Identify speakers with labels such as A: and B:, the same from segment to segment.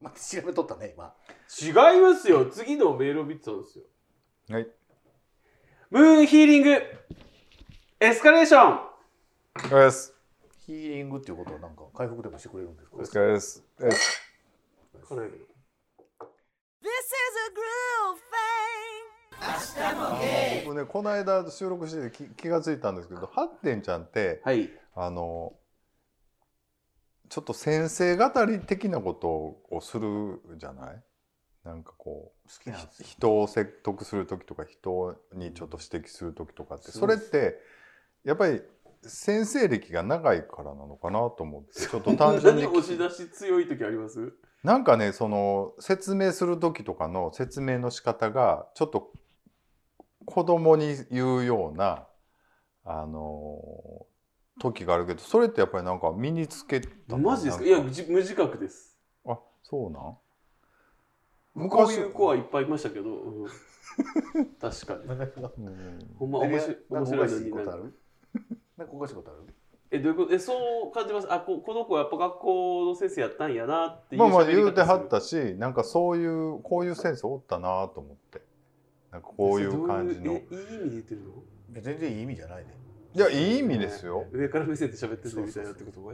A: まあ、調べとったね今
B: 違いますよ次のメールを見てたんですよ
C: はい
B: ムーンヒーリングエスカレーション
C: お疲れ様です
A: ヒーリングっていうことはなんか回復でもしてくれるんですか
C: お疲れ様ですです僕ねこの間収録してて気気がついたんですけどハッテンちゃんって
B: はい
C: あのちょっと先生語り的なことをするじゃないなんかこう
A: 好きなんですよ
C: 人を説得する時とか人にちょっと指摘する時とかって
B: そ
C: そう
B: で
C: れ
B: す
C: ってやっぱり先生歴が長いからなのかなと思ってちょっと単純に
B: こんなに押し出し強い時あります
C: なんかねその説明する時とかの説明の仕方がちょっと子供に言うようなあの時があるけどそれってやっぱりなんか身につけた
B: マジですかい
C: なん
B: やじ無自覚です
C: あそうなん
B: こういう子はいっぱいいましたけど、うん確かに
A: なんか
C: うん
B: ほんま面白い
A: なんか
B: 面
A: お
B: 白
A: か
B: い
A: し
B: の
A: い
B: に
A: こ
B: なん
A: とあ
B: か
A: るなんかおかしいことある
B: えどういうことえそう感じますあここの子はやっぱ学校の先生やったんやなっていう
C: まあまあ
B: 喋り方
C: 言うてはっ
B: する
C: たしなんかそういうこういう先生おったなと思ってなんかこういう感じの
B: どういうえいい意味で言ってるの
A: いや全然いい意味じゃないで
C: いやいい意味ですよ
B: 上から目線で喋ってるのみたいなってこと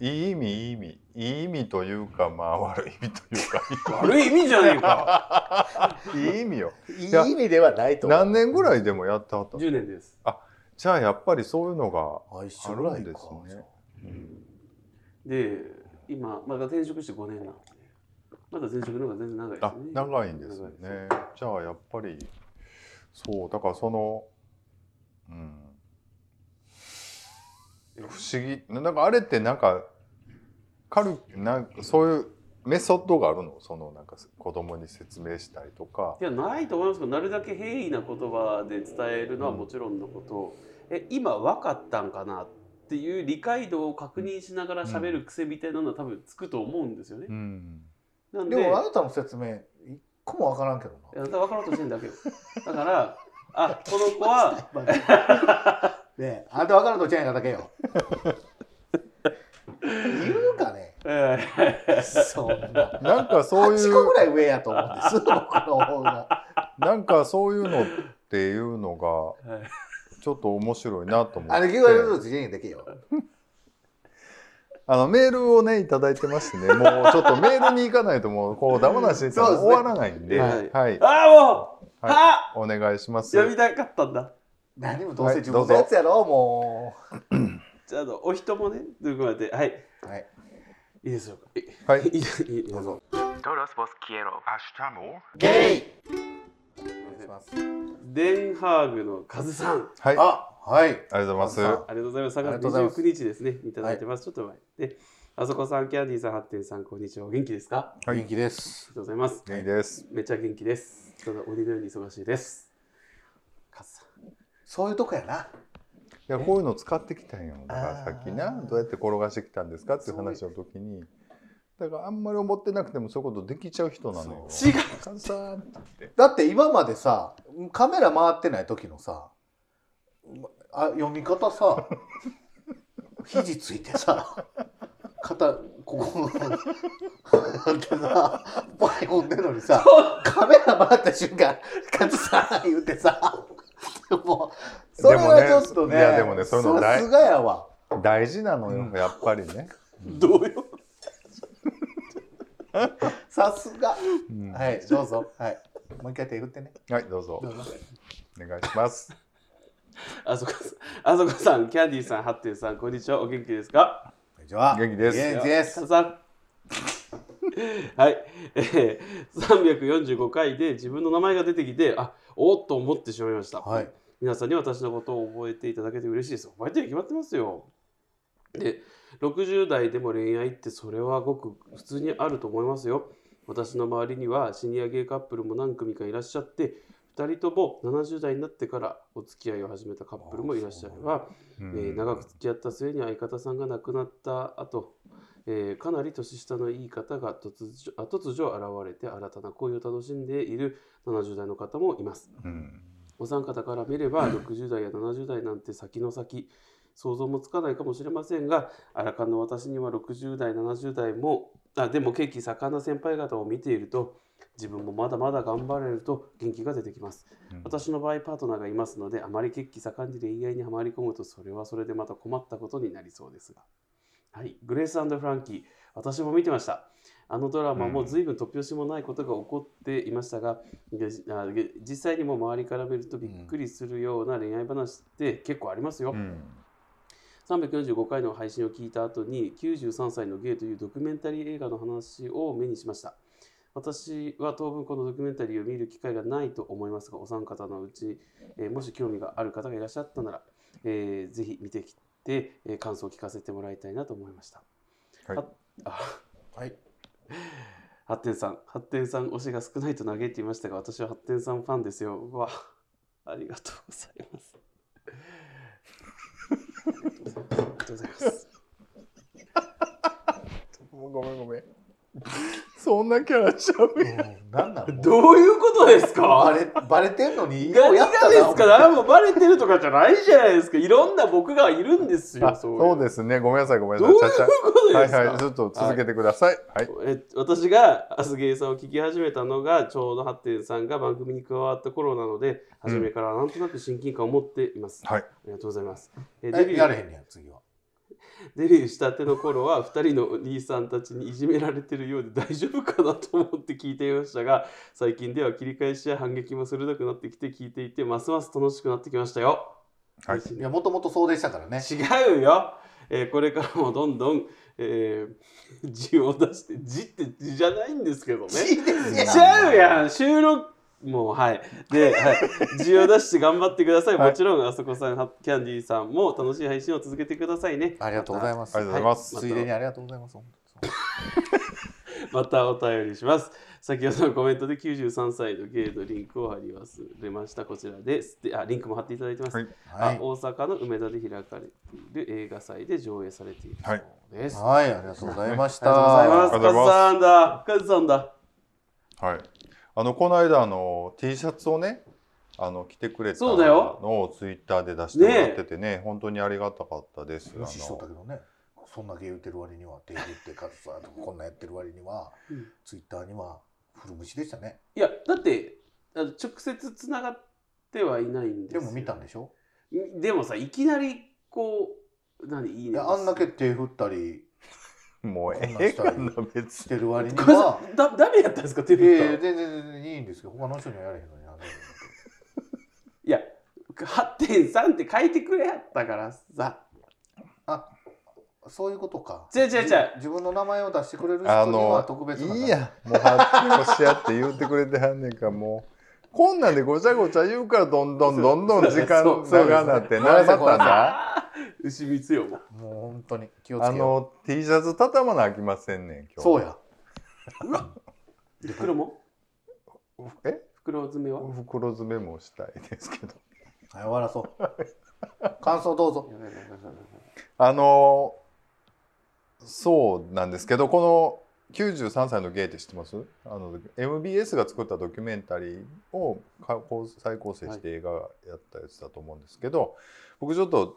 B: え
C: いい意味いい意味いい意味というかまあ悪い意味という か
B: 悪い意味じゃねえ か
C: いい意味よ
A: い
C: や
A: 味ではない
C: 何年ぐらいでもやってはった
B: 10年です
C: じゃあやっぱりそういうのが
A: あ一緒ぐらいか
C: あるんですね
B: で今まだ転職して5年なんでまだ前職の方が全然長いです
C: あ
B: ね
C: 長いんですよね
B: 長いで
C: じゃあやっぱりそうだからそのうん不思議なんかあれってなんかカルなんかそういうメソッドがあるのそのなんか子供に説明したりとか
B: いやないと思いますけどなるだけ平易な言葉で伝えるのはもちろんのこと、え今分かったんかなっていう理解度を確認しながら喋る癖みたいなのは多分つくと思うんですよね、
C: うん
B: なん
A: で
B: で
A: もあなたの説明一個もわからんけど
B: いやあなた分かろうとしてんだけよだからあこの子は
A: な ねえあなたわからんとちゃいなだけよ言うかね
B: えー
A: そんな
C: なんかそうい
A: 8個
C: う
A: ぐらい上やと思うんです僕の方が
C: なんかそういうのっていうのが
B: はい
C: ちょっと面白いなと思って
A: あれ9割ずつちゃいだけよ
C: あのメールをねいただいてましてねもうちょっとメールに行かないともうこうダマなしで終わらないんで
B: そうですね
C: はい、
B: ああもう、
C: はい
B: はあ
C: お願いします
B: 読みたかったんだ
A: 何もどうせ自分のやつやろ、も
B: じゃああのお人もねということではいう
A: はい
B: いいでしょうかい
C: はい
B: いいいいいどうぞ
D: Todos vos quiero. Hasta luego.
A: ゲイ
B: お願いし
A: ます
B: デンハーグのカズさん
C: はいあ
A: あはい
C: りがとうござい
A: あ
C: ま
A: さ
C: す
B: ありがとうございます。
A: ありがと
B: 3月
A: うございます
B: 29日ですね。いただいてます。ちょっと前。で、あそこさん、キャンディーさん、ハッテンさん、こんにちは。お元気ですかあり
C: はい
A: 元気です
B: がとうございます。
C: いいです
B: めっちゃ元気です。ただ、鬼のように忙しいです。カズさん。
A: そういうとこやない
C: やこういうの使ってきたんよだからさっきな
A: あー
C: どうやって転がしてきたんですかっていう話の時にだからあんまり思ってなくてもそういうことできちゃう人なのよ
A: そ
B: 違う
C: カズさんって言って
A: だって今までさカメラ回ってない時のさあ読み方さ肘ついてさ肩ここあんたさポイ読んでんのにさカメラ回った瞬間「カズさん」言うてさもうそれはちょっとね
C: いやでもねそういう
A: さ
C: の大
A: すがやわ
C: 大事なのよやっぱりね、
B: どうよ。
A: さすが
C: うんは
A: はいどうぞはいもう一回手振ってね
C: いどうぞ
A: どうぞ
C: お願いします
B: あそこさん、あそこさん、キャンディーさん、ハッテンさん、こんにちは。お元気ですか
A: こんにちは
C: 元気です
A: 元気です
B: カズさん。はい、えー、345回で自分の名前が出てきてあおーっと思ってしまいました、
A: はい
B: 皆さんに私のことを覚えていただけて嬉しいです。覚えてるに決まってますよ。で、60代でも恋愛ってそれはごく普通にあると思いますよ。私の周りにはシニアゲイカップルも何組かいらっしゃって、2人とも70代になってからお付き合いを始めたカップルもいらっしゃれば、
C: う
B: えー
C: ん
B: 長く付き合った末に相方さんが亡くなった後、えーかなり年下のいい方が突如あ突如現れて新たな恋を楽しんでいる70代の方もいます。
C: うん
B: お三方から見れば60代や70代なんて先の先想像もつかないかもしれませんが荒川の私には60代70代もあでもケーキ盛んな先輩方を見ていると自分もまだまだ頑張れると元気が出てきます
C: うん
B: 私の場合パートナーがいますのであまり血気盛んに恋愛にはまり込むとそれはそれでまた困ったことになりそうですがはいグレースフランキー私も見てましたあのドラマも随分突拍子もないことが起こっていましたが、げあげ実際にも周りから見るとびっくりするような恋愛話って結構ありますよ、
C: うん
B: 345回の配信を聞いた後に93歳のゲイというドキュメンタリー映画の話を目にしました私は当分このドキュメンタリーを見る機会がないと思いますがお三方のうち、えーもし興味がある方がいらっしゃったなら、えーぜひ見てきて、えー感想を聞かせてもらいたいなと思いました
C: はい
B: ああ
A: はい。
B: 発展さん、発展さん推しが少ないと嘆いていましたが、私は発展さんファンですよ。うわ、ありがとうございます。ありがとうございます。
C: ごめんごめん。そんなキャラちゃうやん。
A: なんなの
B: どういうことです
A: バ
B: か
A: レバレてんのに、よ
B: 何
A: うや
B: が
A: っ
B: で
A: たな
B: すか何もバレてるとかじゃないじゃないですか。いろんな僕がいるんですよ。
C: あ
B: そう
C: そ
B: いう
C: うですね。ごめんなさいごめん
B: ど
C: な
B: ういう
C: さい。ちゃ
B: こと
C: ちゃ。
B: で
C: はい
B: すか、
C: はい。ずっと続けてください。はい。
B: え私がアスゲーさんを聞き始めたのがちょうどハッテンさんが番組に加わった頃なので
C: うん
B: 初めからなんとなく親近感を持っています、
C: はい
B: ありがとうございますえデビ
A: え
B: ュ
A: や
B: ー
A: れへんねや、次は。
B: デビューしたての頃は2人のお兄さんたちにいじめられてるようで大丈夫かなと思って聞いていましたが最近では切り返しや反撃も鋭くなってきて聞いていてますます楽しくなってきましたよ、
C: はい
A: いや、もともとそうでしたからね。
B: 違うよ、えーこれからもどんどん、えー、字を出して字って字じゃないんですけどね
A: いいです
B: 違
A: ね
C: じゃ
B: うやん収録もうはいで、はい、需要出して頑張ってください、
C: はい
B: もちろんあそこさんはキャンディーさんも楽しい配信を続けてくださいね
A: ありがとうございます。
C: ありがとうございます
B: は
A: ついでにありがとうございます。
B: またお便りします先ほどのコメントで93歳のゲイのリンクを貼り忘れましたこちらですであリンクも貼っていただいてます、
C: はい
A: はい
B: あ。大阪の梅田で開かれている映画祭で上映されている
C: はい
B: そうです、
A: はい、ありがとうございました。
B: ありがとうござい
C: ありがとうご
B: ます
C: ざ
B: カズさんだカズさんだ
C: はい。あのこの間あの T シャツをね、あの着てくれたの
B: そうだよ
C: をツイッターで出してもらっててね、本当にありがたかったです。
A: 無視しとった
C: あ
A: けどねそんな芸言ってる割には手言ってカツさんとかこんなんやってる割には、
B: うん
A: ツイッターには古虫でしたね
B: いやだってあの直接つながってはいないんです
A: で
B: よ
A: も見たんでしょ
B: でもさいきなりこう何いい
A: い
B: ね
A: やあんだけ手振ったり
C: のもうええかな別
A: し
C: に。
A: てる割に
B: これさ
A: は
B: だダメやったんですか手
A: いや
B: 振っ
A: い
B: た
A: や全然
B: の
A: 全然いいんですけど他の人にはやれへんのになんで
B: いや8.3って書いてくれやったからさ
A: そういうことか
B: 違う違う違う
A: じ自分の名前を出してくれる人には特別な感じ
C: いいや もう発表し合って言ってくれてはんねんからもうこんなんでごちゃごちゃ言うからどんどんどんどん時間
B: そう
A: そう
C: 長なってな
A: そうで
C: ま
A: す
C: た さ
B: あー牛光よもう
A: もう本当に気をつ
C: あ
A: けよ
C: の T シャツ畳まなあきませんねん今
A: う
C: 日
A: そうや
B: 袋も
C: え
B: 袋詰めは
C: 袋詰めもしたいですけど
A: はい終わら そう感想どうぞ
B: やばいやばいやばいやばい
C: あのそうなんですけどこの93歳のゲイって知ってますあの MBS が作ったドキュメンタリーをかこう再構成して映画やったやつだと思うんですけど、僕ちょっと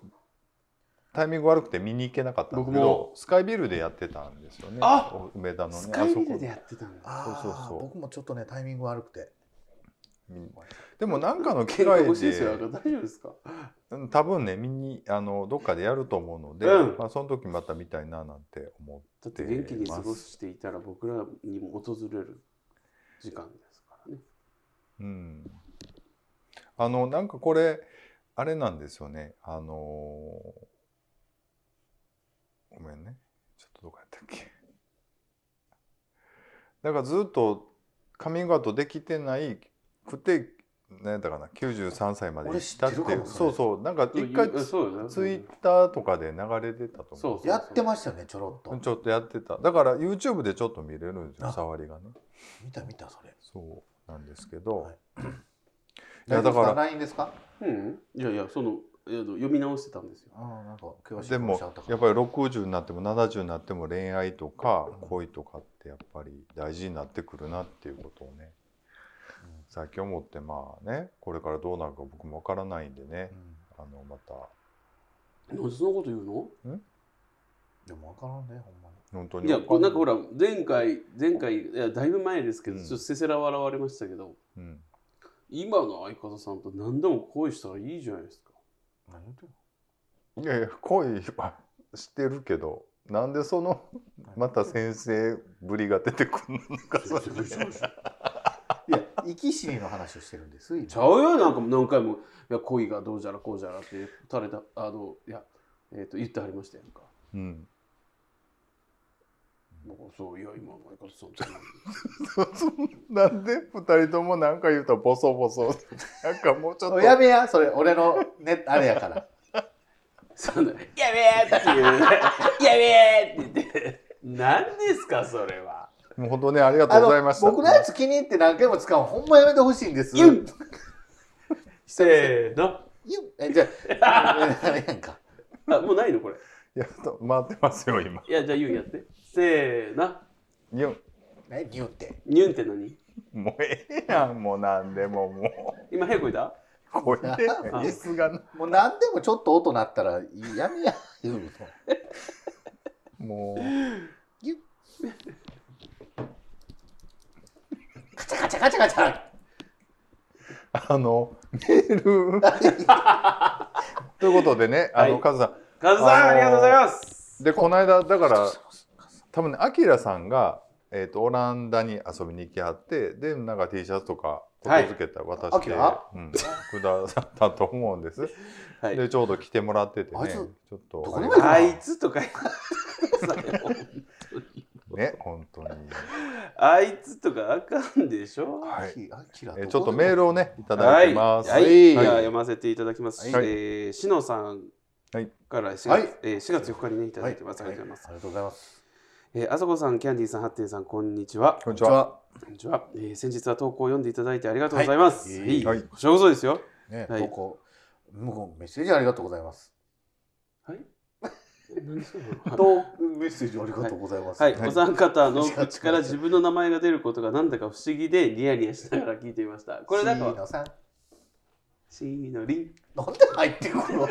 C: タイミング悪くて見に行けなかったんですけ
B: 僕
C: ど
B: も
C: スカイビルでやってたんですよね
B: あ
C: 梅田のね
B: スカイビ
C: あ
B: ル
C: そ
B: で
C: こ
B: やってたんだ
A: あ
C: そう
A: あ
C: そうそう
A: 僕もちょっとねタイミング悪くて
C: 見でもなんかの機
B: 喧嘩
C: 会
B: 腰ですよ
C: で
B: 大丈夫ですか
C: うん多分ね見にあのどっかでやると思うので、
B: うん
C: まあ、その時また見たいななんて思って
B: だって元気に過ごしていたら僕らにも訪れる時間ですからね
C: うん、あのなんかこれあれなんですよねあのーごめんねちょっとどこやったっけだからずっとカミングアウトできてないくて何やったかな93歳まで
A: 俺
C: 行ったって
A: 知ってるかもそ
C: そ
A: れ
C: うそうなんか一回ツ
B: そうよね
C: ツイッターとかで流れてたと
B: そ
C: 思
B: う
C: う
B: そう
A: やってましたよねちょろっと
C: ちょっとやってただから YouTube でちょっと見れるんですよ
A: あ
C: 触りがね
A: 見た見たそれ
C: そうなんですけど、
A: はい
C: いやだから
A: LINE ですか
B: うんいやいやそのえーと読み直してたんですよ
A: あーなんか詳しい
C: でも
A: 話あたか
C: やっぱり60になっても70になっても恋愛とか
A: うん
C: 恋とかってやっぱり大事になってくるなっていうことをね最近思ってまあねこれからどうなるか僕もわからないんでね
A: うん
C: あのまた
B: なんでそんなこと言うの
A: でも分からんねほんまに
C: 本当に
B: いやこれなんかほら前回前回いやだいぶ前ですけど、
C: うん
B: ちょっとせせら笑われましたけど
C: うん、
B: 今の相方さんと何でも恋したらいいじゃないですか
A: 何言ってんの
C: いやいや恋はしてるけどなんでそのまた先生ぶりが出てくるのかそれ
A: いや生き死にの話をしてるんです今
B: ちゃうよなんか何回も「いや恋がどうじゃらこうじゃら」って垂れたあのいや、えー、と言ってはりましたやんか
C: うん、
B: 僕はそういや今の相方さんと
C: なんで二人ともなんか言うたらボソボソなんかもうちょっと
A: やめやそれ俺のねあれやから
B: そんな「やべえ!」って言う「やべえ!」って言って何ですかそれは
C: もう本当ねありがと
A: あ
C: うございま
A: の
C: した
A: 僕のやつ気に入って何回も使うのほんまやめてほしいんです
B: ゆんせーの
A: ゆんえじゃああれやんか
B: あもうないのこれ
C: いやと回ってますよ今
B: いやじゃあユンやってせーの
C: いや
A: 何言って
B: ニュンって何
C: もうええやんもうなんでももう
B: 今屁こいた
C: これで椅子がな
A: もう何でもちょっと音鳴ったらやめや言うの
C: もう
A: カチャカチャカチャカチャ
C: あのメ ールということでねあの、
B: はい
C: カズさん
B: カズさん、
C: あのー
B: ありがとうございます
C: でこの間だから多分ねアキラさんが、えー、とオランダに遊びに行きはってでなんか T シャツとか
B: はい
C: 片付けたら渡
A: ア
C: し
A: キ
C: て、
A: ラ
C: うん、くださったと思うんです、
B: はい
C: でちょうど来てもらっててね
A: あいつ
C: ちょっ
A: ど
C: と
A: こでも
B: あいつとか言って
C: ね本当に、
B: あいつとかあかんでしょ
C: はい、え
A: え
C: ーちょっとメールをねいただ
B: はい
C: て
B: い、
C: ます、
B: はい
A: はい
B: じゃあ読ませていただきます。
C: はい
B: えー、しのさん
C: はい
B: から4月,、
A: はい
B: えー、4月4日にねいただいてます。
A: はい
B: ありがとうございます。
A: ありがとうございます
B: えー、あそこさん、キャンディーさん、ハッテンさん、こんにちは。
C: こんにちは
B: こんにちは。えー、先日は投稿を読んでいただいてありがとうございます。
A: はい
B: はい、
C: はい
B: こちらこそですよ。
A: ね
B: はい
A: 投稿向こうメッセージありがとうございます
B: はい。何それ
A: とメッセージありがとうございます
B: はい、
C: はい
B: お三方の口から自分の名前が出ることがなんだか不思議でニヤニヤしながら聞いていました。これなん
A: 椎
B: か、
A: 名さん
B: シーノリン。
A: なんで入ってくるの な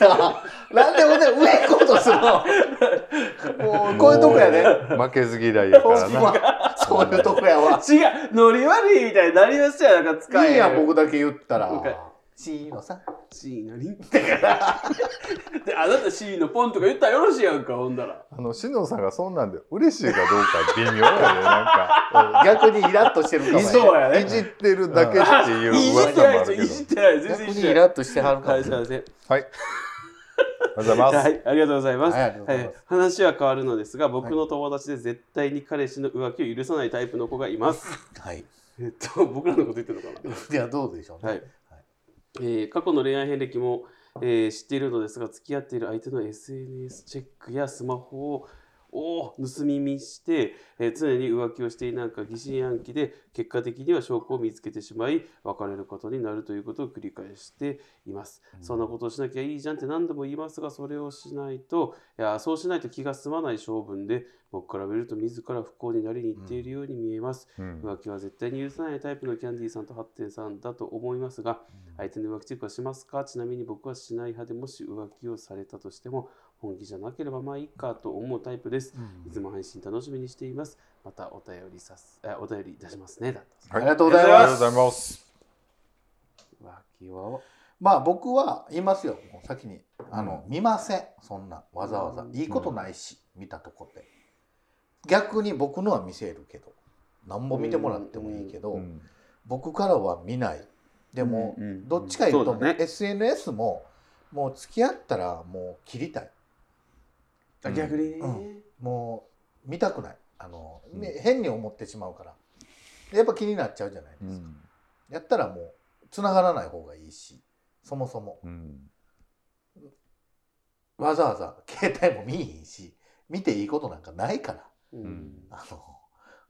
A: あなんで俺上行こうとする のもうこういうとこやね
C: 負けず嫌いやか
A: ほん
C: らな
A: まそういうとこやわ
B: 違う、ノリ悪いみたいになりましたよ、なんか使え
A: い
B: る
A: いやん僕だけ言ったら
B: 了解
A: 椎名さん
B: シーノリン。だから、 であなたシーノポンとか言ったらよろしいやんか、ほんだら。
C: あのしのさんがそんなんで嬉しいかどうか微妙やでなんか
A: 逆にイラッとしてるかもね
B: そうや
C: いじってるだけっていう
B: いじって
C: 噂
B: ない
C: も
B: で
C: あ
B: す
C: る
B: よ、
C: け
B: い
C: ど
B: じってない、全
A: 逆
B: 然い
A: に
B: じっ
A: イ
B: てない。
A: ラッとしてはるか
B: は
A: も
B: い、すいません。
C: はい。おはようございます。
B: はい、ありがとうございます。
A: はいありがとうございます
B: 話は変わるのですが、僕の友達で絶対に彼氏の浮気を許さないタイプの子がいます。
A: はい
B: えっと、僕らのこと言ってるのかな。
A: ではどうでしょうね
B: はいえー過去の恋愛遍歴も、えー知っているのですが付き合っている相手の SNS チェックやスマホをを盗み見して、えー常に浮気をしていなんか疑心暗鬼で結果的には証拠を見つけてしまい別れることになるということを繰り返しています、そんなことをしなきゃいいじゃんって何度も言いますがそれをしないといやそうしないと気が済まない性分で僕から見ると自ら不幸になりに行っているように見えます、
C: うん
B: 浮気は絶対に許さないタイプのキャンディーさんとハッテンさんだと思いますが、相手の浮気チェックはしますかちなみに僕はしない派でもし浮気をされたとしても本気じゃなければまあいいかと思うタイプです。いつも配信楽しみにしています。またお便りさすあお便り出しますね。だと
A: ありがとうございます
C: ありがとうございます。
B: 浮気は
A: まあ僕は言いますよもう先にあの、見ませんそんなわざわざいいことないし、見たとこで逆に僕のは見せるけど何も見てもらってもいいけど、
C: うん
A: 僕からは見ないでも、
B: うんうん
A: どっちか言うと
B: そうだね
A: SNS ももう付き合ったらもう切りたい
B: あ逆にね、
A: うんもう見たくないあの、ね
C: う
A: 変に思ってしまうからやっぱ気になっちゃうじゃないですか、やったらもう繋がらない方がいいしそもそも
C: うん
A: わざわざ携帯も見いひんし見ていいことなんかないから
B: うん
C: ん
A: あの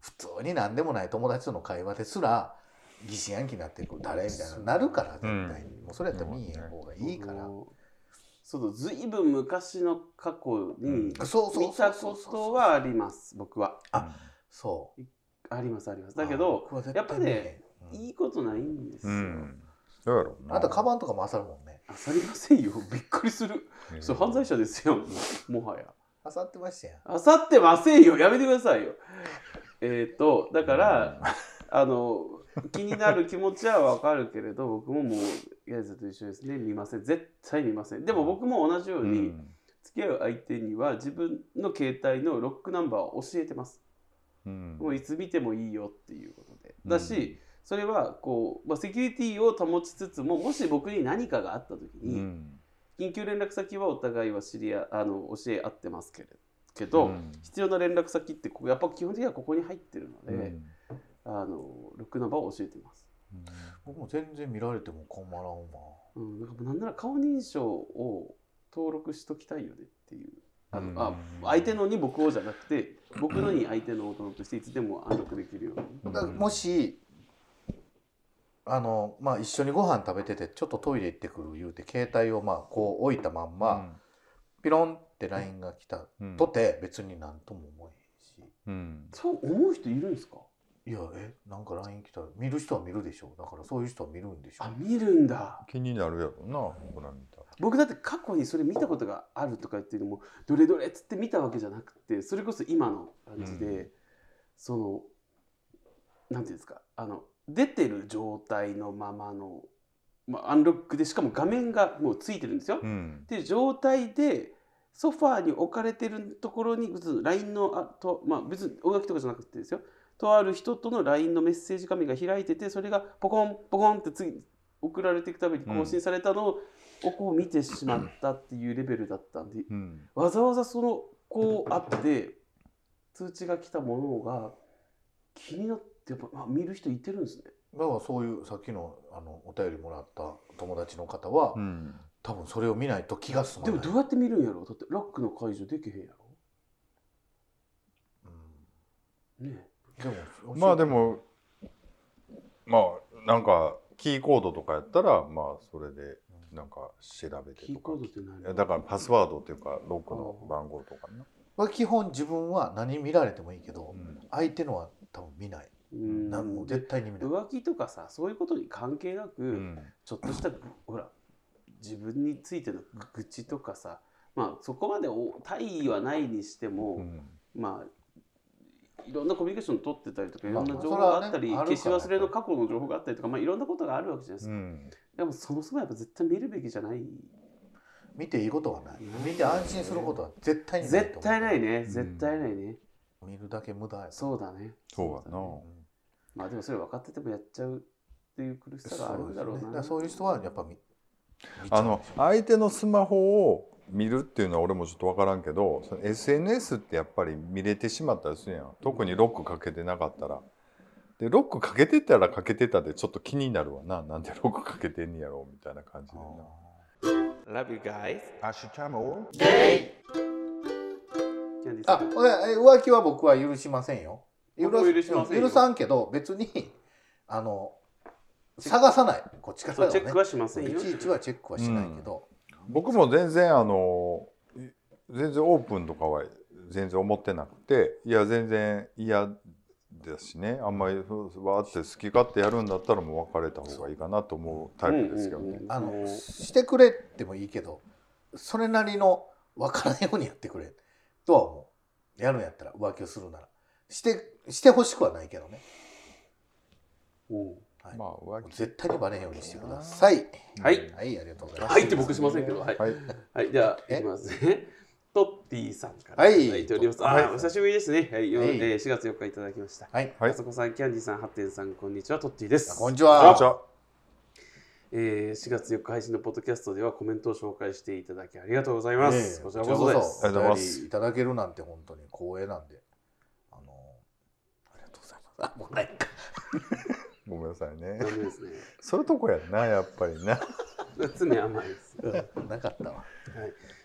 A: 普通に何でもない友達との会話ですら疑心暗鬼になってこれ誰みたいななるから絶対に、もうそれやったら見いひん方がいいから、
B: あのそうだずいぶん昔の過去に、
C: うん
A: そうそう
B: 見
A: そ
B: た
A: うそ
B: こ
A: う
B: とはあります僕は
A: あそう
B: ありますありますだけど、
A: あ
B: やっぱ
A: 僕は絶対
B: ね、
A: 見えへんうん
B: いいことないんです
C: う
B: よ、
C: ん。そうやろうな。
A: あとカバンとかもあさるもんね
B: あさりませんよびっくりする
C: うん
B: それ犯罪者ですよもはや
A: あさってましたやん
B: あさってませんよやめてくださいよえっ、とだから、あの気になる気持ちはわかるけれど僕ももうヤジさんと一緒ですね見ません絶対見ませんでも僕も同じよ
C: う
B: うんに、付き合う相手には自分の携帯のロックナンバーを教えてます
C: うん
B: もういつ見てもいいよっていうことでだし、それはこう、まあ、セキュリティを保ちつつももし僕に何かがあった時
C: う
B: に、
C: ん
B: 緊急連絡先はお互いは知り合あの教え合ってますけれけど、
C: うん
B: 必要な連絡先ってここやっぱ基本的にはここに入ってるの
C: う
B: で、
C: ん
B: あのロックナンバーを教えてます。
A: 僕も全然見られても困らんわ
B: うん、なんかなんなら顔認証を登録しときたいよねっていうあの、あ
C: うん
B: 相手のに僕をじゃなくて僕のに相手のを登録していつでも暗録できるように。
A: だからもしあのまあ一緒にご飯食べててちょっとトイレ行ってくる言うて携帯をまあこう置いたまんま、ピロンって LINE が来た
C: うん
A: とて別になんとも思えへんし
C: うん
B: そう思う人いるんですか
A: いやえなんか LINE 来たら見る人は見るでしょだからそういう人は見るんでしょ
B: あ見るんだ
C: 気になるやろなほら見たら
B: 僕だって過去にそれ見たことがあるとか言ってるのもどれどれっつって見たわけじゃなくてそれこそ今の感じで、
C: うん
B: そのなんていうんですかあの出てる状態のままの、まあ、アンロックでしかも画面がもうついてるんですよ。っ
C: うん
B: ていう状態でソファーに置かれてるところに別に LINE のあと、まあ、別に大書きとかじゃなくてですよとある人との LINE のメッセージ画面が開いててそれがポコンポコンって次送られていくために更新されたのをこう見てしまったっていうレベルだったんで
C: うん
B: わざわざそのこうあって通知が来たものが気になってやっぱあ見る人いてるんですね。
A: だからそういうさっきのあのお便りもらった友達の方は、
C: うん
A: 多分それを見ないと気が済ま
B: で
A: ない
B: もどうやって見るんやろだってラックの解除できへんや
A: う
B: ろね
A: んでも
C: まあでもまあなんかキーコードとかやったらまあそれでなんか調べ
B: え
C: て
B: キ
C: と
B: ーコード
C: か
B: って何
C: いやだからパスワードっていうかロックの番号とかな、
A: まあ基本自分は何見られてもいいけど、
C: うん
A: 相手のは多分見ない、
B: うん
A: なんもう絶対に見ない、
B: 浮気とかさそういうことに関係なく、
C: うん
B: ちょっとしたぐほら自分についてのぐ愚痴とかさまあそこまでお大意はないにしても、
C: うん
B: まあいろんなコミュニケーション取ってたりとかいろんな
A: まあ
B: 情報があったり、
A: それはね
B: 消し忘れ
A: あるから
B: の過去の情報があったりとか、まあ、いろんなことがあるわけじゃないです
C: う
B: か、
C: ん
B: でもそもそもやっぱ絶対見るべきじゃない
A: 見ていいことはない見て安心することは絶対にないと
B: 絶
A: 思う
B: 対ないね
C: ん
B: 絶対ないね、
A: 見るだけ無駄や
B: そうだね
C: そうやな
B: だね
A: うん
B: まあでもそれ分かっててもやっちゃうっていう苦しさがあるんだろ
A: そ
B: う
A: うですねだか
B: な
A: らそういう人はやっぱ見見ちゃう
C: あの相手のスマホを見るっていうのは俺もちょっと分からんけどその SNS ってやっぱり見れてしまったりするやん特にロックかけてなかったらでロックかけてたらかけてたでちょっと気になるわななんでロックかけてんねやろうみたいな感じでな
B: ラブガイズ
D: 明日も
B: キャンディーさ
A: あ
B: ん
A: ほんでえ浮気は僕は許しませんよ
B: 僕も許しません
A: 許
B: よ
A: さんけど別にあの探さないこっちから
B: そう
A: は
B: チ
A: ね
B: ェックはしません
A: い
B: よ
A: ちいちはチェックはしないけど、
C: 僕も全然あのい全然オープンとかは全然思ってなくていや全然嫌だしねあんまりそうわーって好き勝手やるんだったらもう別れた方がいいかなと思うタイプですけどね。
B: うんうんうん
A: あ
B: も
A: の
B: う
A: してくれってもいいけどそれなりの分からんようにやってくれとは思うやるんやったら浮気をするならしてしてほしくはないけどね、
B: うん
A: はい
C: まあ浮気
A: 絶対にバレへんようにしてください
B: はい
A: はいありがとうございます
B: はいって僕しませんけどはい
C: はい
B: はい、じゃあ、
A: え
B: いきますね。トッティさんから
A: はい
B: いただいております。あ
A: はい
B: ー、お久しぶりですね。はい、よ
A: はい
B: えー4月4日いただきました。
A: はい
C: はい
B: あそこさん、キャンディさん、ハッテンさん、こんにちは、トッティです。
A: こんにち
C: こんにち
A: は
C: は
B: えー4月4日配信のポッドキャストではコメントを紹介していただきありがとうございます。
A: ええ
B: こちらこそで
A: こち
B: す。
A: らこそ
C: ありがとうございま
A: お便
C: す
A: りいただけるなんて本当に光栄なんであのありがとうございますあもうないか
C: ごめんなさいね
B: ダ。メですね。
C: そういうとこやんな、やっぱりな。
B: 爪甘いです。
A: うんなかったわ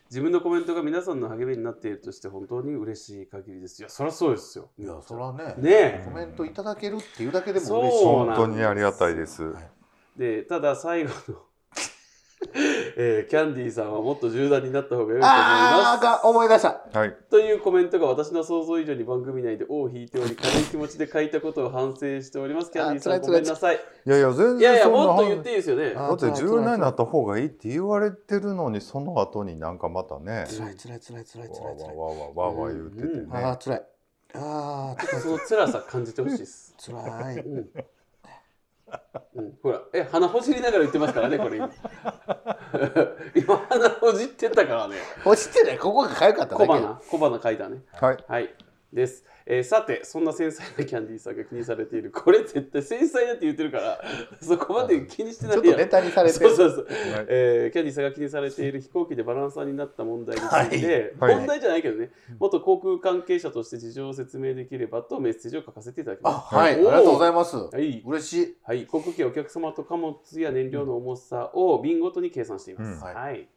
B: 自分のコメントが皆さんの励みになっているとして本当に嬉しい限りです。いや、そりゃそうですよ。
A: いやそらね
B: ね
A: コメントいただけるっていうだけでも嬉しい
B: そう
C: 本
B: なんです
C: 当にありがたいです。
A: はい
B: え。で、ただ最後の えーキャンディーさんはもっと重大になった方が良いと思い
A: あー
B: ます。
A: が思い出した
C: はい。
B: というコメントが私の想像以上に番組内で尾を引いており、軽い気持ちで書いたことを反省しております。キャンディーさ
A: あ
B: ん、
A: ー
B: ご
A: 辛い辛い
B: めんなさい。
C: いやいや、全
B: いやい
C: 然
B: や、
C: そんな
B: もっと
C: 話
B: 言っていいですよね。
A: あ
C: だって
A: 辛い辛い
C: 17になった方がいいって言われてるのにその後になんかまたね
A: 辛い辛い辛い辛い辛い辛い
C: わわわわわわ言っててね、
B: うん
A: あー辛いあー
B: その辛さ感じてほしいです。
A: 辛い
B: うん。うん、ほら、え、鼻ほじりながら言ってますから ね、これ今。今鼻ほじってたからね。
A: 落ちてないここが痒かった
B: 小
A: だけ
B: 鼻、小鼻書いたね。
C: はい
B: はい。です。えーさて、そんな繊細なキャンディーさんが気にされている、これ絶対繊細だって言ってるから、 そこまで気にして
A: ち
B: ない
A: ょ
B: や
A: っ
B: ん
A: とネタにされて
B: そう
A: る
B: そうそう。
C: はい
B: えーキャンディーさんが気にされている飛行機でバランサーになった問題について、
C: はいはい
B: 問題じゃないけどね、元航空関係者として事情を説明できればとメッセージを書かせていただき
A: あ
B: ま
A: はいありがとうございます
B: す。はい、
A: 嬉しい
B: はい、航空機はお客様と貨物や燃料の重さを便ごとに計算しています。
C: うん
A: はい
B: はい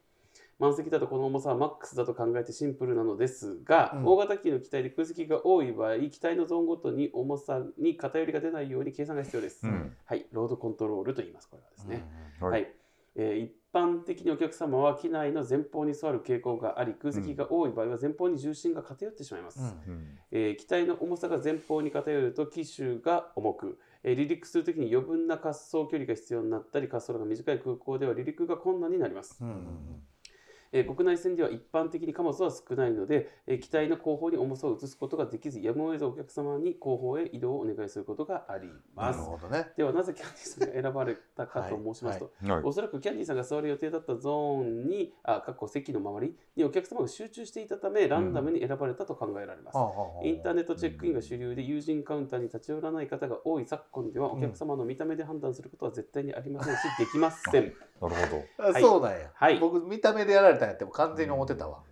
B: 満席だとこの重さはマックスだと考えてシンプルなのですが、
A: うん
B: 大型機の機体で空席が多い場合機体のゾーンごとに重さに偏りが出ないように計算が必要です、
C: うん
B: はいロードコントロールと言いますこれはですね、
C: うん
B: はいえー一般的にお客様は機内の前方に座る傾向があり空席が多い場合は前方に重心が偏ってしまいます、
A: うんうん
C: うん
B: えー機体の重さが前方に偏ると機種が重く、えー離陸するときに余分な滑走距離が必要になったり滑走路が短い空港では離陸が困難になります、
A: うんうん
B: えー国内線では一般的に貨物は少ないので、えー機体の後方に重さを移すことができずやむを得ずお客様に後方へ移動をお願いすることがあり
A: な
B: ま
A: る
B: す
A: ほどね
B: ではなぜキャンディーさんが選ばれたかと申しますと、
C: はい
B: おそらくキャンディーさんが座る予定だったゾーンにあかっこ席の周りにお客様が集中していたためランダムに選ばれたと考えられます、
A: はあはあはあ
B: インターネットチェックインが主流で友人カウンターに立ち寄らない方が多い昨今では
A: うん
B: お客様の見た目で判断することは絶対にありませ んし、できません。
C: なるほ
A: あ
B: はい
A: そうなんや、
B: はい
A: 僕見た目でやられたんやっても完全に思ってたわ、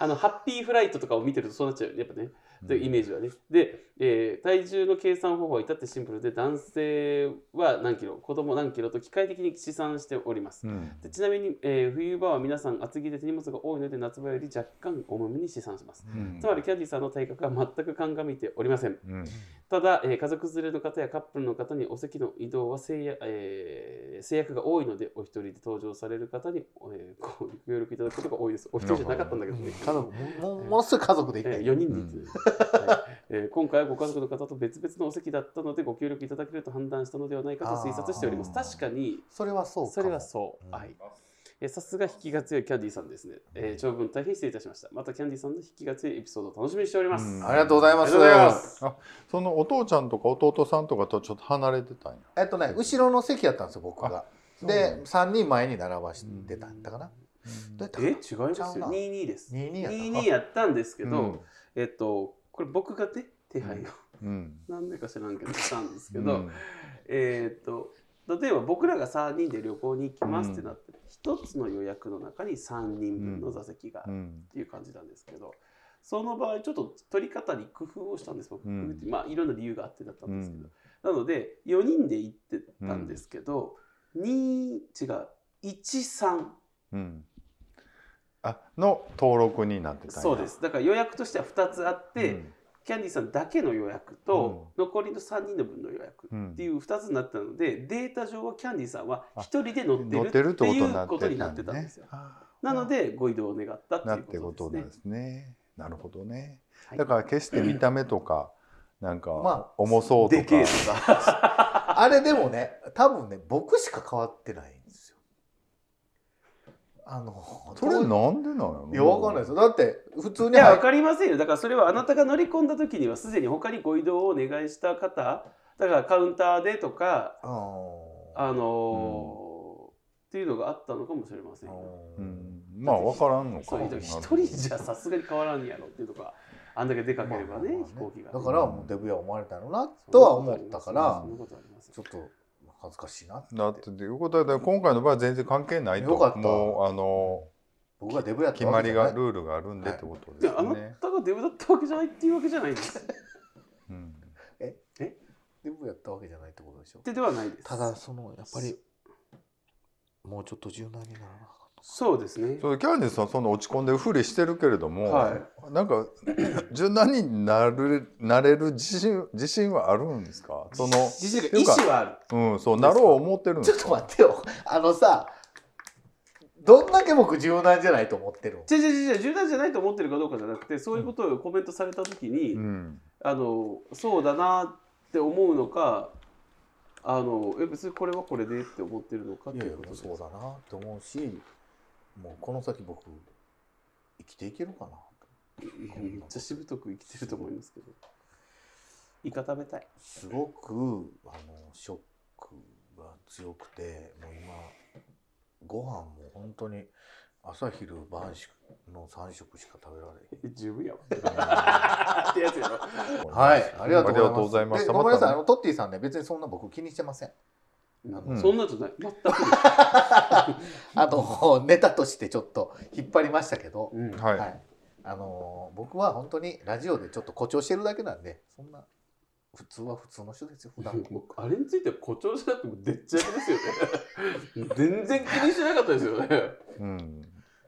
B: あのハッピーフライトとかを見てるとそうなっちゃうよね、やっぱね。
C: ど
B: というイメージはね。で、えー体重の計算方法は至ってシンプルで、男性は何キロ、子供何キロと機械的に試算しております。
C: うん
B: でちなみに、えー冬場は皆さん厚着で手荷物が多いので、夏場より若干重めに試算します。
C: うん
B: つまり、キャンディーさんの体格は全く鑑みておりません。
C: うん
B: ただ、えー家族連れの方やカップルの方にお席の移動は制約,、えー制約が多いのでお一人で登場される方に、えーごご協力いただくことが多いです。お一人じゃなかったんだけどね。
A: 家族ももものすごい家族で行っ
B: え
A: て
B: 4人で行ってる、はいえー今回はご家族の方と別々のお席だったのでご協力いただけると判断したのではないかと推察しております。
A: あー
B: 確かに
A: それはそうか
B: それはそう、
A: うん
B: はいえーさすが引きが強いキャンディーさんですね、えー長文大変失礼いたしましたまたキャンディーさんの引きが強いエピソードを楽しみにしております、
C: うん
A: ありがとうござい
B: あ
A: ま
B: り
A: す
B: がとうございます
C: そのお父ちゃんとか弟さんとかとちょっと離れてたんや
A: えっとね後ろの席やったんですよ僕がで
C: そ
A: 3人前に並ばしてたんだかな、どうやったか
B: え
A: な
B: 違いますよ
A: ちゃうな
B: 22です
A: 22やった
B: 22やったんですけど、
C: うん
B: えっとこれ僕がね手配を
C: うん
B: なんでか知らんけどしたんですけ
C: う
B: ど、
C: ん
B: えっと例えば僕らが3人で旅行に行きますってなって1つの予約の中に3人分の座席があ
C: う
B: る
C: ん
B: っていう感じなんですけどその場合ちょっと取り方に工夫をしたんです僕、
C: うん
B: まあいろんな理由があってだった
C: うん
B: ですけど、
C: ん
B: なので4人で行ってたんですけど、2違う13
C: うんあの登録になってたんや
B: そうですだから予約としては2つあって、キャンディーさんだけの予約と、残りの3人の分の予約
C: う
B: っ
C: ん
B: ていう2つになったので、データ上はキャンディーさんは1人で乗
C: 乗
B: っ
C: ってて
B: る
C: る
B: っ
C: って
B: いう
C: てことになって
B: こ
C: た
B: と
C: ん
B: に
C: やね
B: なってたんですよ。
C: あー
B: なのでご移動を願った
C: な
B: っ
C: ってて
B: いう
C: こ
B: こと
C: と
B: で
C: な
B: す
C: ん
B: ね
C: で。すね。なるほどね。
B: はい
C: だから決して見た目とか、なんか
A: まあ
C: 重そうと
B: で
C: か、
B: けえとか
A: あれでもね多分ね僕しか変わってないんですよあの
C: それなんでなの？
A: いやわかんないですよだって普通
B: い
A: に
B: や
A: 入
B: 分かりませんよだからそれはあなたが乗り込んだ時にはすでに他にご移動をお願いした方だからカウンターでとか
A: あー
B: あのーっていうのがあったのかもしれませんよ。
C: う
A: うん
C: ん。まあわからんのか
B: そう。一人じゃさすがに変わらんやろっていうとかあんだけ出かければね、
A: まあまあまあ
B: 飛行機が、
A: だ
B: ね、
A: からもうデブや思われたのなとは思ったから
B: そんなことあります
A: ちょっと恥ずかしいなって
C: だってということは今回の場合は全然関係ないと
A: よかった
C: もうあの
A: 僕がデブやった
C: 決まりが
A: ル
C: ルールがあるんでってこと
B: で
C: です
B: あな
C: ね。
B: たがデブだったわけじゃないっていうわけじゃないです。
C: うん
A: デブやったわけじゃないってことでしょ
B: でではないです。
A: ただそのやっぱりもうちょっと柔軟にならな
B: そうですね。
C: それキャンディーさんその落ち込んでるふりしてるけれども、
B: は
C: なんか 柔軟になるなれる自信自信はあるんですか？その
B: 自信
C: ていうか
B: 意思はある。
C: うんそうなろう思ってるんで
A: ちょ
C: す
A: っ
C: か？
A: と待ってよあのさどんだけ僕柔軟じゃないと思ってるの
B: 違う違う違う、柔軟じゃないと思ってるかどうかじゃなくて、そういうことをコメントされたときに、
C: うん
B: あの、そうだなって思うのか、あの、え別にこれはこれでって思ってるのかっ
A: いや
B: て
A: い
B: い
A: や
B: うことです。
A: そうだなって思うしもうこの先僕生きていけるかな
B: めっちゃしぶとく生きてると思いますけど。イカ食べたい。
A: すごくあのショックが強くてもう今ご飯も本当に朝昼晩しの3食しか食べられ
B: え十分やわ。
A: ない。
B: ってやつやろ。
A: はい、ありがと
C: あり
A: う
C: がとう
A: ご
C: ご
A: ざ
C: ざ
A: い
C: い
A: ま。
C: ますし
A: で
C: た
A: ごめんなさい、
C: ま
A: あ
C: た
A: のトッティさんね、別にそんな僕気にしてません。
B: うん
C: うん
B: そんなじゃない。全くない。
A: あと、ネタとしてちょっと引っ張りましたけど、
B: うん
C: はい、
A: はいあのー僕は本当にラジオでちょっと誇張してるだけなんで、そんな普通は普通の人です よ、普段。
B: もうあれについては誇張じゃなくてもうでっち上げですよね 全然気にしてなかったですよね
C: うん、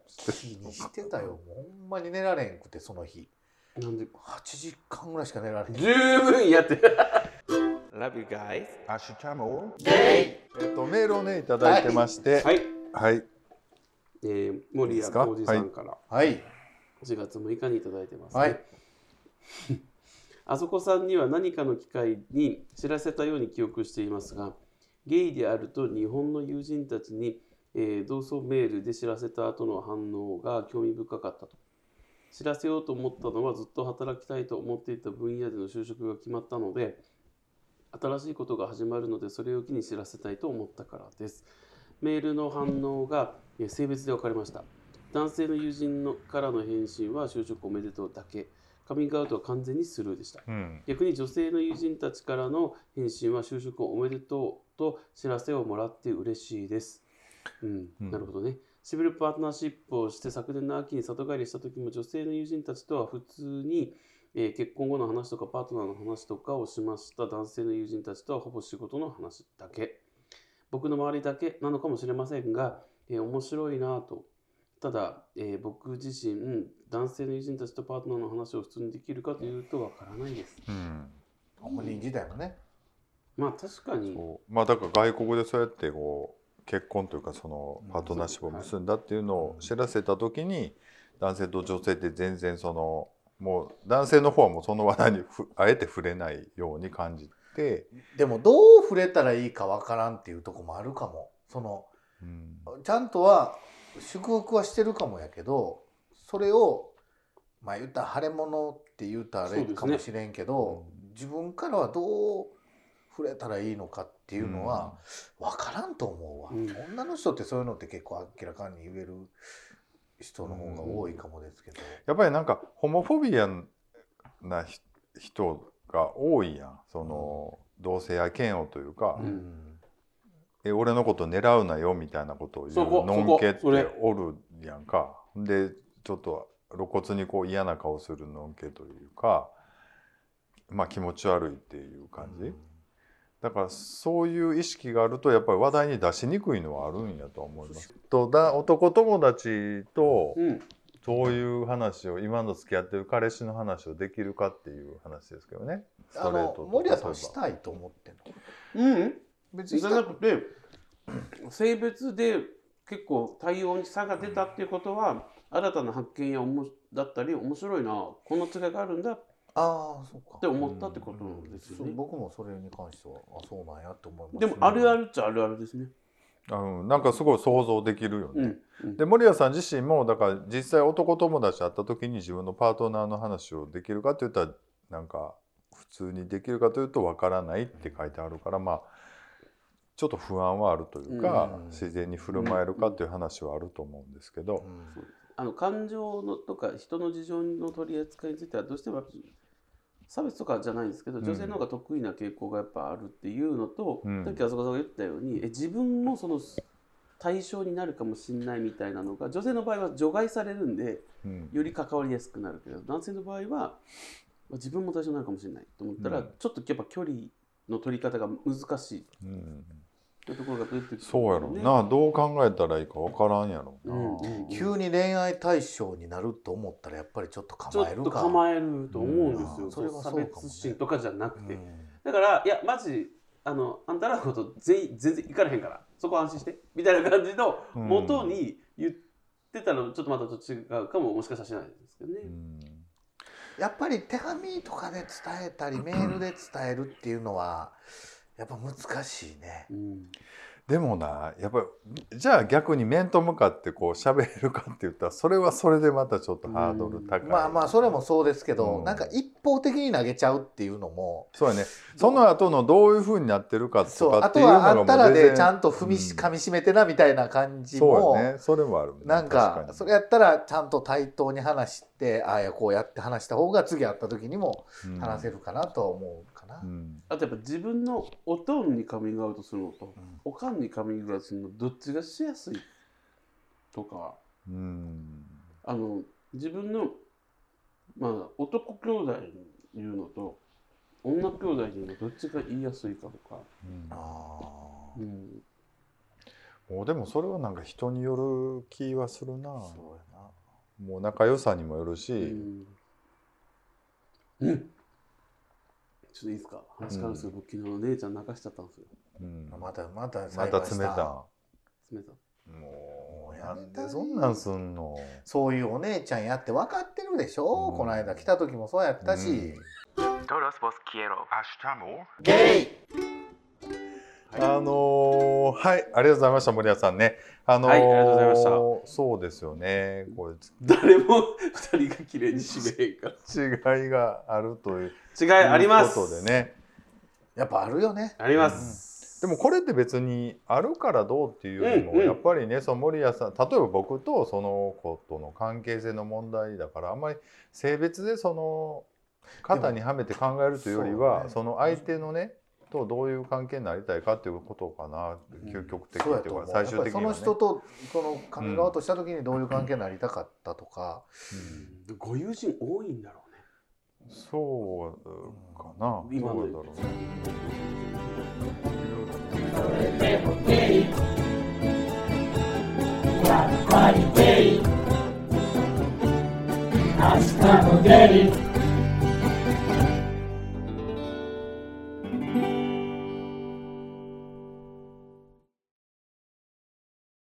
A: 気にしてたよ、もうほんまに寝られんくて、その日。
B: なんで
A: 8時間ぐらいしか寝られへん。
B: 十分やって Love you guys
D: 明日も
C: えっとメールをねいただいてまして
B: はい、
C: はい、
B: えー、森谷浩二さんから
A: はい。
B: 4月6日にいただいてます、ね
A: はい
B: あそこさんには何かの機会に知らせたように記憶していますがゲイであると日本の友人たちに、えー同窓メールで知らせた後の反応が興味深かったと知らせようと思ったのはずっと働きたいと思っていた分野での就職が決まったので新しいことが始まるのでそれを機に知らせたいと思ったからですメールの反応がえー性別で分かれました男性の友人のからの返信は就職おめでとうだけカミングアウトは完全にスルーでした
C: うん
B: 逆に女性の友人たちからの返信は就職おめでとうと知らせをもらって嬉しいです。うん、
C: うん
B: なるほどね。シビルパートナーシップをして昨年の秋に里帰りした時も女性の友人たちとは普通に、えー結婚後の話とかパートナーの話とかをしました男性の友人たちとはほぼ仕事の話だけ。僕の周りだけなのかもしれませんが、えー面白いなぁと。ただ、えー僕自身、男性の友人たちとパートナーの話を普通にできるかというとわからないです。
C: うん、
A: 本人自体もね。
B: まあ確かに
C: そうまあだから外国でそうやってこう結婚というかそのパートナーシップを結んだっていうのを知らせた時に男性と女性って全然そのもう男性の方はもうその話題にふあえて触れないように感じて、
A: でも、どう触れたらいいかわからんっていうとこもあるかも。その、
C: うん
A: ちゃんとは祝福はしてるかもやけどそれをまあ言ったら腫れ物って言うたらあれかもしれんけど、自分からはどう触れたらいいのかっていうのは分からんと思うわ、
B: うん
A: 女の人ってそういうのって結構明らかに言える人の方が多いかもですけど、
C: やっぱりなんかホモフォビアなひ人が多いやんその、同性や嫌悪というか、
B: うん
C: え俺のこと狙うなよみたいなことを言
B: そうこ
C: のんけっ
B: そこ
C: て
B: それ
C: おるやんかでちょっと露骨にこう嫌な顔するのんけというかまあ気持ち悪いっていう感じ、だからそういう意識があるとやっぱり話題に出しにくいのはあるんやとは思います。とだ男友達と
B: うん
C: そういう話を今の付き合ってる彼氏の話をできるかっていう話ですけどね。ス
A: あ
C: トレー
A: の
C: トと
A: 森谷さん
C: 例え
A: し
C: ば
A: たいと思ってんの
B: うん
A: 別に
B: じ
A: し
B: ゃ
A: た
B: な
A: く
B: くて性別で結構対応に差が出たっていうことは新たな発見やおもだったり面白いなこんな違いがあるんだっ
A: ああそうか
B: て思ったってことですよ
A: そう
B: ね
A: 僕もそれに関してはあそうなんやって思います
B: でもあるあるっちゃあるあるですね
C: あのなんかすごい想像できるよね。
B: うんうん
C: で森谷さん自身もだから実際男友達と会った時に自分のパートナーの話をできるかって言ったらなんか普通にできるかというとわからないって書いてあるからまあちょっと不安はあるというか
A: うん
C: 自然に振る舞えるかっていう話はあると思うんですけど
A: うん
B: あの感情のとか人の事情の取り扱いについてはどうしてもやっぱ差別とかじゃないんですけど
C: うん
B: 女性の方が得意な傾向がやっぱあるっていうのと、
C: うん
B: さっきあそこさんが言ったようにえ自分もその対象になるかもしれないみたいなのが女性の場合は除外されるんで
C: うん
B: より関わりやすくなるけど男性の場合はまあ自分も対象になるかもしれないと思ったら、
C: うん
B: ちょっとやっぱ距離の取り方が難しい
C: うん
B: というところが出てくるんで
C: そうやろうなどう考えたらいいかわからんやろ
B: う
C: うなん
B: うんうん
A: 急に恋愛対象になると思ったらやっぱりちょっと
B: ちょ
A: 構え
B: っ
A: る
B: と
A: か
B: 構えると思うんです
A: う
B: よ、
A: んそれはそうか
B: 差
A: もね
B: 別心とかじゃなくて、
A: うん
B: だからいやマジあのあんたらのこと全員全然行かれへんからそこは安心してみたいな感じの
C: うん
B: 元に言ってたのちょっとまたちょっと違うかももしかしたらしれないですけどね、
C: うん
A: やっぱり手紙とかで伝えたりメールで伝えるっていうのはやっぱ難しいね。
B: うん
C: でもなやっぱりじゃあ逆に面と向かってこう喋れるかって言ったらそれはそれでまたちょっとハードル高い、
A: まあまあそれもそうですけど、
C: うん
A: なんか一方的に投げちゃうっていうのも
C: そうやねその後のどういうふうになってるか
A: そ
C: と
A: う
C: か
A: あ
C: って
A: と
C: いうの
A: は
C: が
A: あ
C: も
A: っ
C: う
A: たらでちゃ
C: と
A: んと踏みし、
C: うん
A: 噛み締めてなみたいな感じ
C: そ
A: も
C: うやねそれもあるね
A: なん
C: 確
A: か
C: に
A: それやったらちゃんと対等に話してああやこうやって話した方が次会った時にも
C: うん
A: 話せるかなとは思うかな。
C: うん
B: あとやっぱ自分のおとんにカミングアウトするのと、
A: うん
B: おかんにカミングアウトするのどっちがしやすいとか
C: うん
B: あの自分の、まあ、男兄弟に言うのと女兄弟に言うのどっちが言いやすいかとか、
C: うん
A: あー
B: うん
C: もうでもそれはなんか人による気はするな
A: そうやな
C: もう仲良さにもよるし、
B: うんうんちょっといいですか話変わるんですけど、僕昨日姉ちゃん泣かしちゃったんですよ
C: うんま
A: またまた
C: た冷た
B: 冷た
C: も
A: も
C: う
A: う
C: な
A: や
C: ん
A: め
C: で
A: た
C: そんなんすんの
A: そういうお姉ちゃんやって分かってるでしょ、
C: うん
A: この間来た時もそうやったし、
C: うん
D: Todos vos quiero. Hasta amor.
A: ゲイ
C: あのーはいありがとうございました森谷さんねあのー
B: はいありがとうございました
C: そうですよねこれ
B: 誰も二人が綺麗に締めへんから
C: 違いがあるという
B: 違いあります
C: ことでね
A: やっぱあるよね
B: あります、
C: でもこれって別にあるからどうっていうよりも、
B: うんうん
C: やっぱりねその森谷さん例えば僕とその子との関係性の問題だからあんまり性別でその肩にはめて考えるというよりは
A: でもそう
C: そ,、
A: ね
C: の相手のねとどういう関係になりたいかっていうことかな、究極的
A: そうや
C: ってい
A: と
C: う
A: 思う
C: か最終
A: やっぱり
C: 的
A: そ
C: には
A: の
C: ね。
A: 人とそのカミングアウトした時にどういう関係になりたかったとか、
B: うんご友人多いんだろうね
C: うんそうかな。
B: 今
C: ど
B: の
C: うだろうね
E: 明日もゲイ